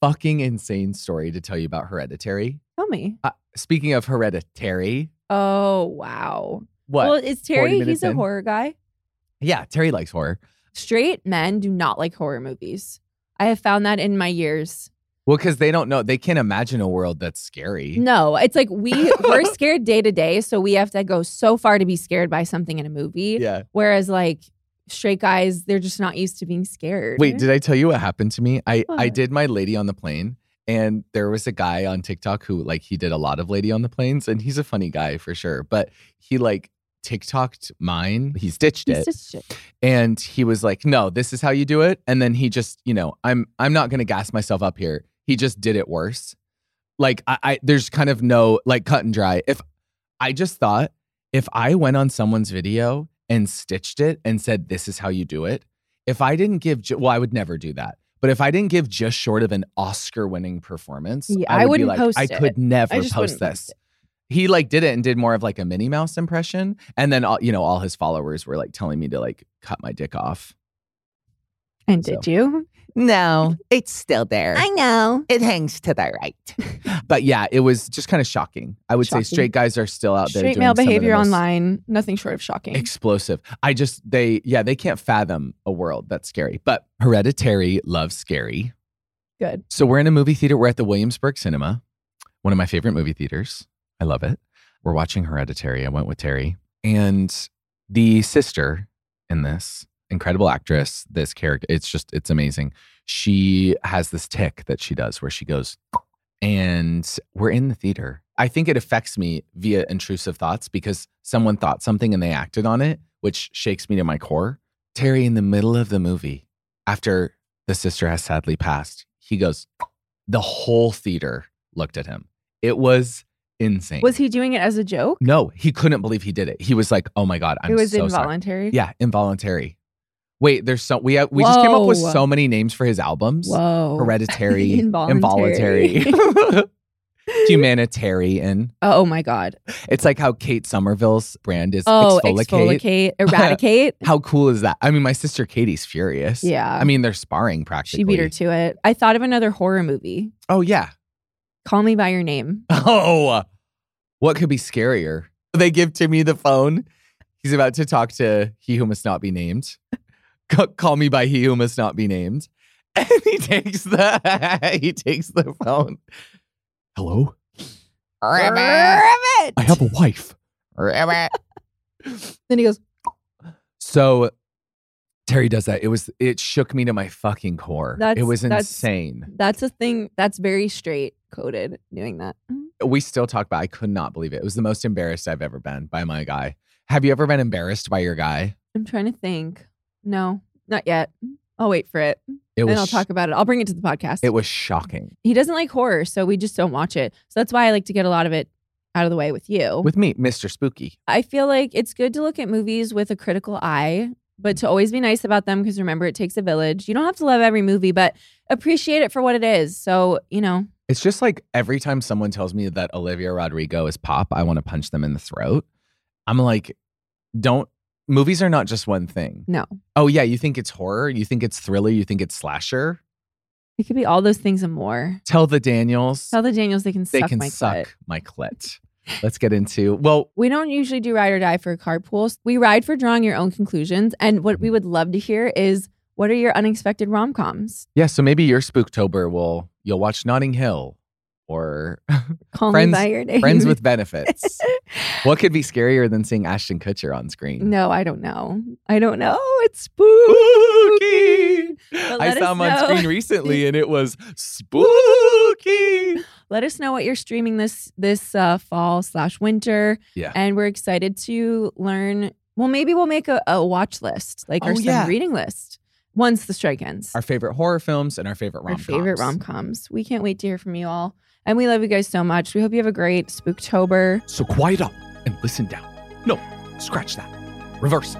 E: fucking insane story to tell you about Hereditary.
F: Tell me.
E: Speaking of Hereditary,
F: Oh wow.
E: what?
F: Well, is
E: 40
F: Terry?
E: minutes
F: He's a
E: in?
F: horror guy.
E: yeah, Terry likes horror.
F: Straight men do not like horror movies. I have found that in my years.
E: Well, because they don't know, they can't imagine a world that's scary.
F: No, it's like we we're scared day to day, so we have to go so far to be scared by something in a movie.
E: Yeah.
F: Whereas like straight guys, they're just not used to being scared.
E: Wait, did I tell you what happened to me? I I
F: What?
E: did my lady on the plane and there was a guy on TikTok who like he did a lot of lady on the planes and he's a funny guy for sure, but he like TikToked mine. He stitched
F: He's
E: it
F: just shit.
E: and he was like, "No, this is how you do it." And then he just, you know, I'm I'm not going to gas myself up here. He just did it worse. Like I, I there's kind of no like cut and dry. If I just thought if I went on someone's video and stitched it and said this is how you do it, if I didn't give ju- well, I would never do that. But if I didn't give just short of an Oscar winning performance,
F: Yeah,
E: I,
F: I
E: would be
F: wouldn't
E: like,
F: post
E: I
F: it.
E: could never
F: I just
E: post
F: wouldn't post
E: this. He like did it and did more of like a Minnie Mouse impression, and then all you know all his followers were like telling me to like cut my dick off.
F: And
E: So.
F: did you?
G: No, it's still there.
F: know.
G: it hangs to the right.
E: But yeah, it was just kind of shocking. I would
F: Shocking.
E: say straight guys are still out there
F: Straight
E: doing
F: male
E: some of the
F: behavior
E: most
F: online, nothing short of shocking.
E: Explosive. I just they yeah they can't fathom a world that's scary. But Hereditary loves scary.
F: Good.
E: So we're in a movie theater. We're at the Williamsburg Cinema, one of my favorite movie theaters. I love it. We're watching Hereditary. I went with Terry. And the sister in this, incredible actress, this character, it's just, it's amazing. She has this tick that she does where she goes, and we're in the theater. I think it affects me via intrusive thoughts because someone thought something and they acted on it, which shakes me to my core. Terry, in the middle of the movie, after the sister has sadly passed. He goes, the whole theater looked at him. It was insane.
F: Was he doing it as a joke?
E: No, he couldn't believe he did it. He was like, oh my God, I'm
F: it was
E: so sorry.
F: involuntary.
E: Yeah, involuntary. Wait, there's so we have, we just came up with
F: Whoa.
E: so many names for his albums.
F: Whoa.
E: Hereditary,
F: Oh, Involuntary.
E: involuntary, humanitarian.
F: Oh my god.
E: It's like how Kate Somerville's brand is
F: Oh,
E: exfolate.
F: exfollicate, eradicate.
E: How cool is that? I mean, my sister Katie's furious.
F: yeah.
E: I mean, they're sparring practically.
F: she beat her to it. I thought of another horror movie.
E: Oh yeah.
F: Call me by your name.
E: Oh, what could be scarier? They give Timmy the phone. He's about to talk to he who must not be named. C- call me by he who must not be named. And he takes the he takes the phone. Hello,
F: Ribbit.
E: I have a wife.
F: Then he goes,
E: So Terry does that. It was it shook me to my fucking core. it
F: That's-
E: was
F: that's-
E: insane.
F: That's a thing that's very straight coded doing that.
E: We still talk about. I could not believe it. It was the most embarrassed I've ever been by my guy. Have you ever been embarrassed by your guy?
F: I'm trying to think. No, not yet. I'll wait for it.
E: It
F: and
E: was
F: I'll talk about it. I'll bring it to the podcast.
E: it was shocking.
F: he doesn't like horror, so we just don't watch it. So that's why I like to get a lot of it out of the way with you.
E: with me, Mr. Spooky.
F: I feel like it's good to look at movies with a critical eye, but to always be nice about them because remember, it takes a village. You don't have to love every movie, but appreciate it for what it is. So, you know,
E: It's just like every time someone tells me that Olivia Rodrigo is pop, I want to punch them in the throat. I'm like, don't. Movies are not just one thing.
F: No.
E: Oh yeah, you think it's horror, you think it's thriller, you think it's slasher.
F: it could be all those things and more.
E: Tell the Daniels
F: Tell the Daniels they can
E: they
F: suck
E: can
F: my
E: suck
F: clit.
E: my clit. Let's get into well,
F: We don't usually do ride or die for carpools. We ride for drawing your own conclusions. And what we would love to hear is what are your unexpected rom coms?
E: yeah. So maybe your Spooktober will you'll watch Notting Hill or
F: Call
E: Friends-
F: me by your name.
E: Friends with Benefits. what could be scarier than seeing Ashton Kutcher on screen?
F: No, I don't know. I don't know. It's spooky. But
E: I
F: let
E: saw
F: us
E: him on
F: know.
E: screen recently and it was spooky.
F: Let us know what you're streaming this this uh, fall slash winter,
E: Yeah.
F: and we're excited to learn. Well, maybe we'll make a, a watch list, like
E: Oh,
F: or some
E: yeah.
F: reading list, once the strike ends.
E: Our favorite horror films and our favorite rom
F: Our favorite rom coms. We can't wait to hear from you all, and we love you guys so much. We hope you have a great Spooktober.
E: So quiet up and listen down. No, scratch that. Reverse.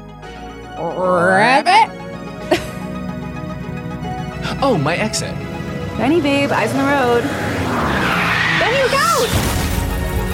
E: Oh, my exit.
F: Benny, babe, eyes on the road. Benny, look out!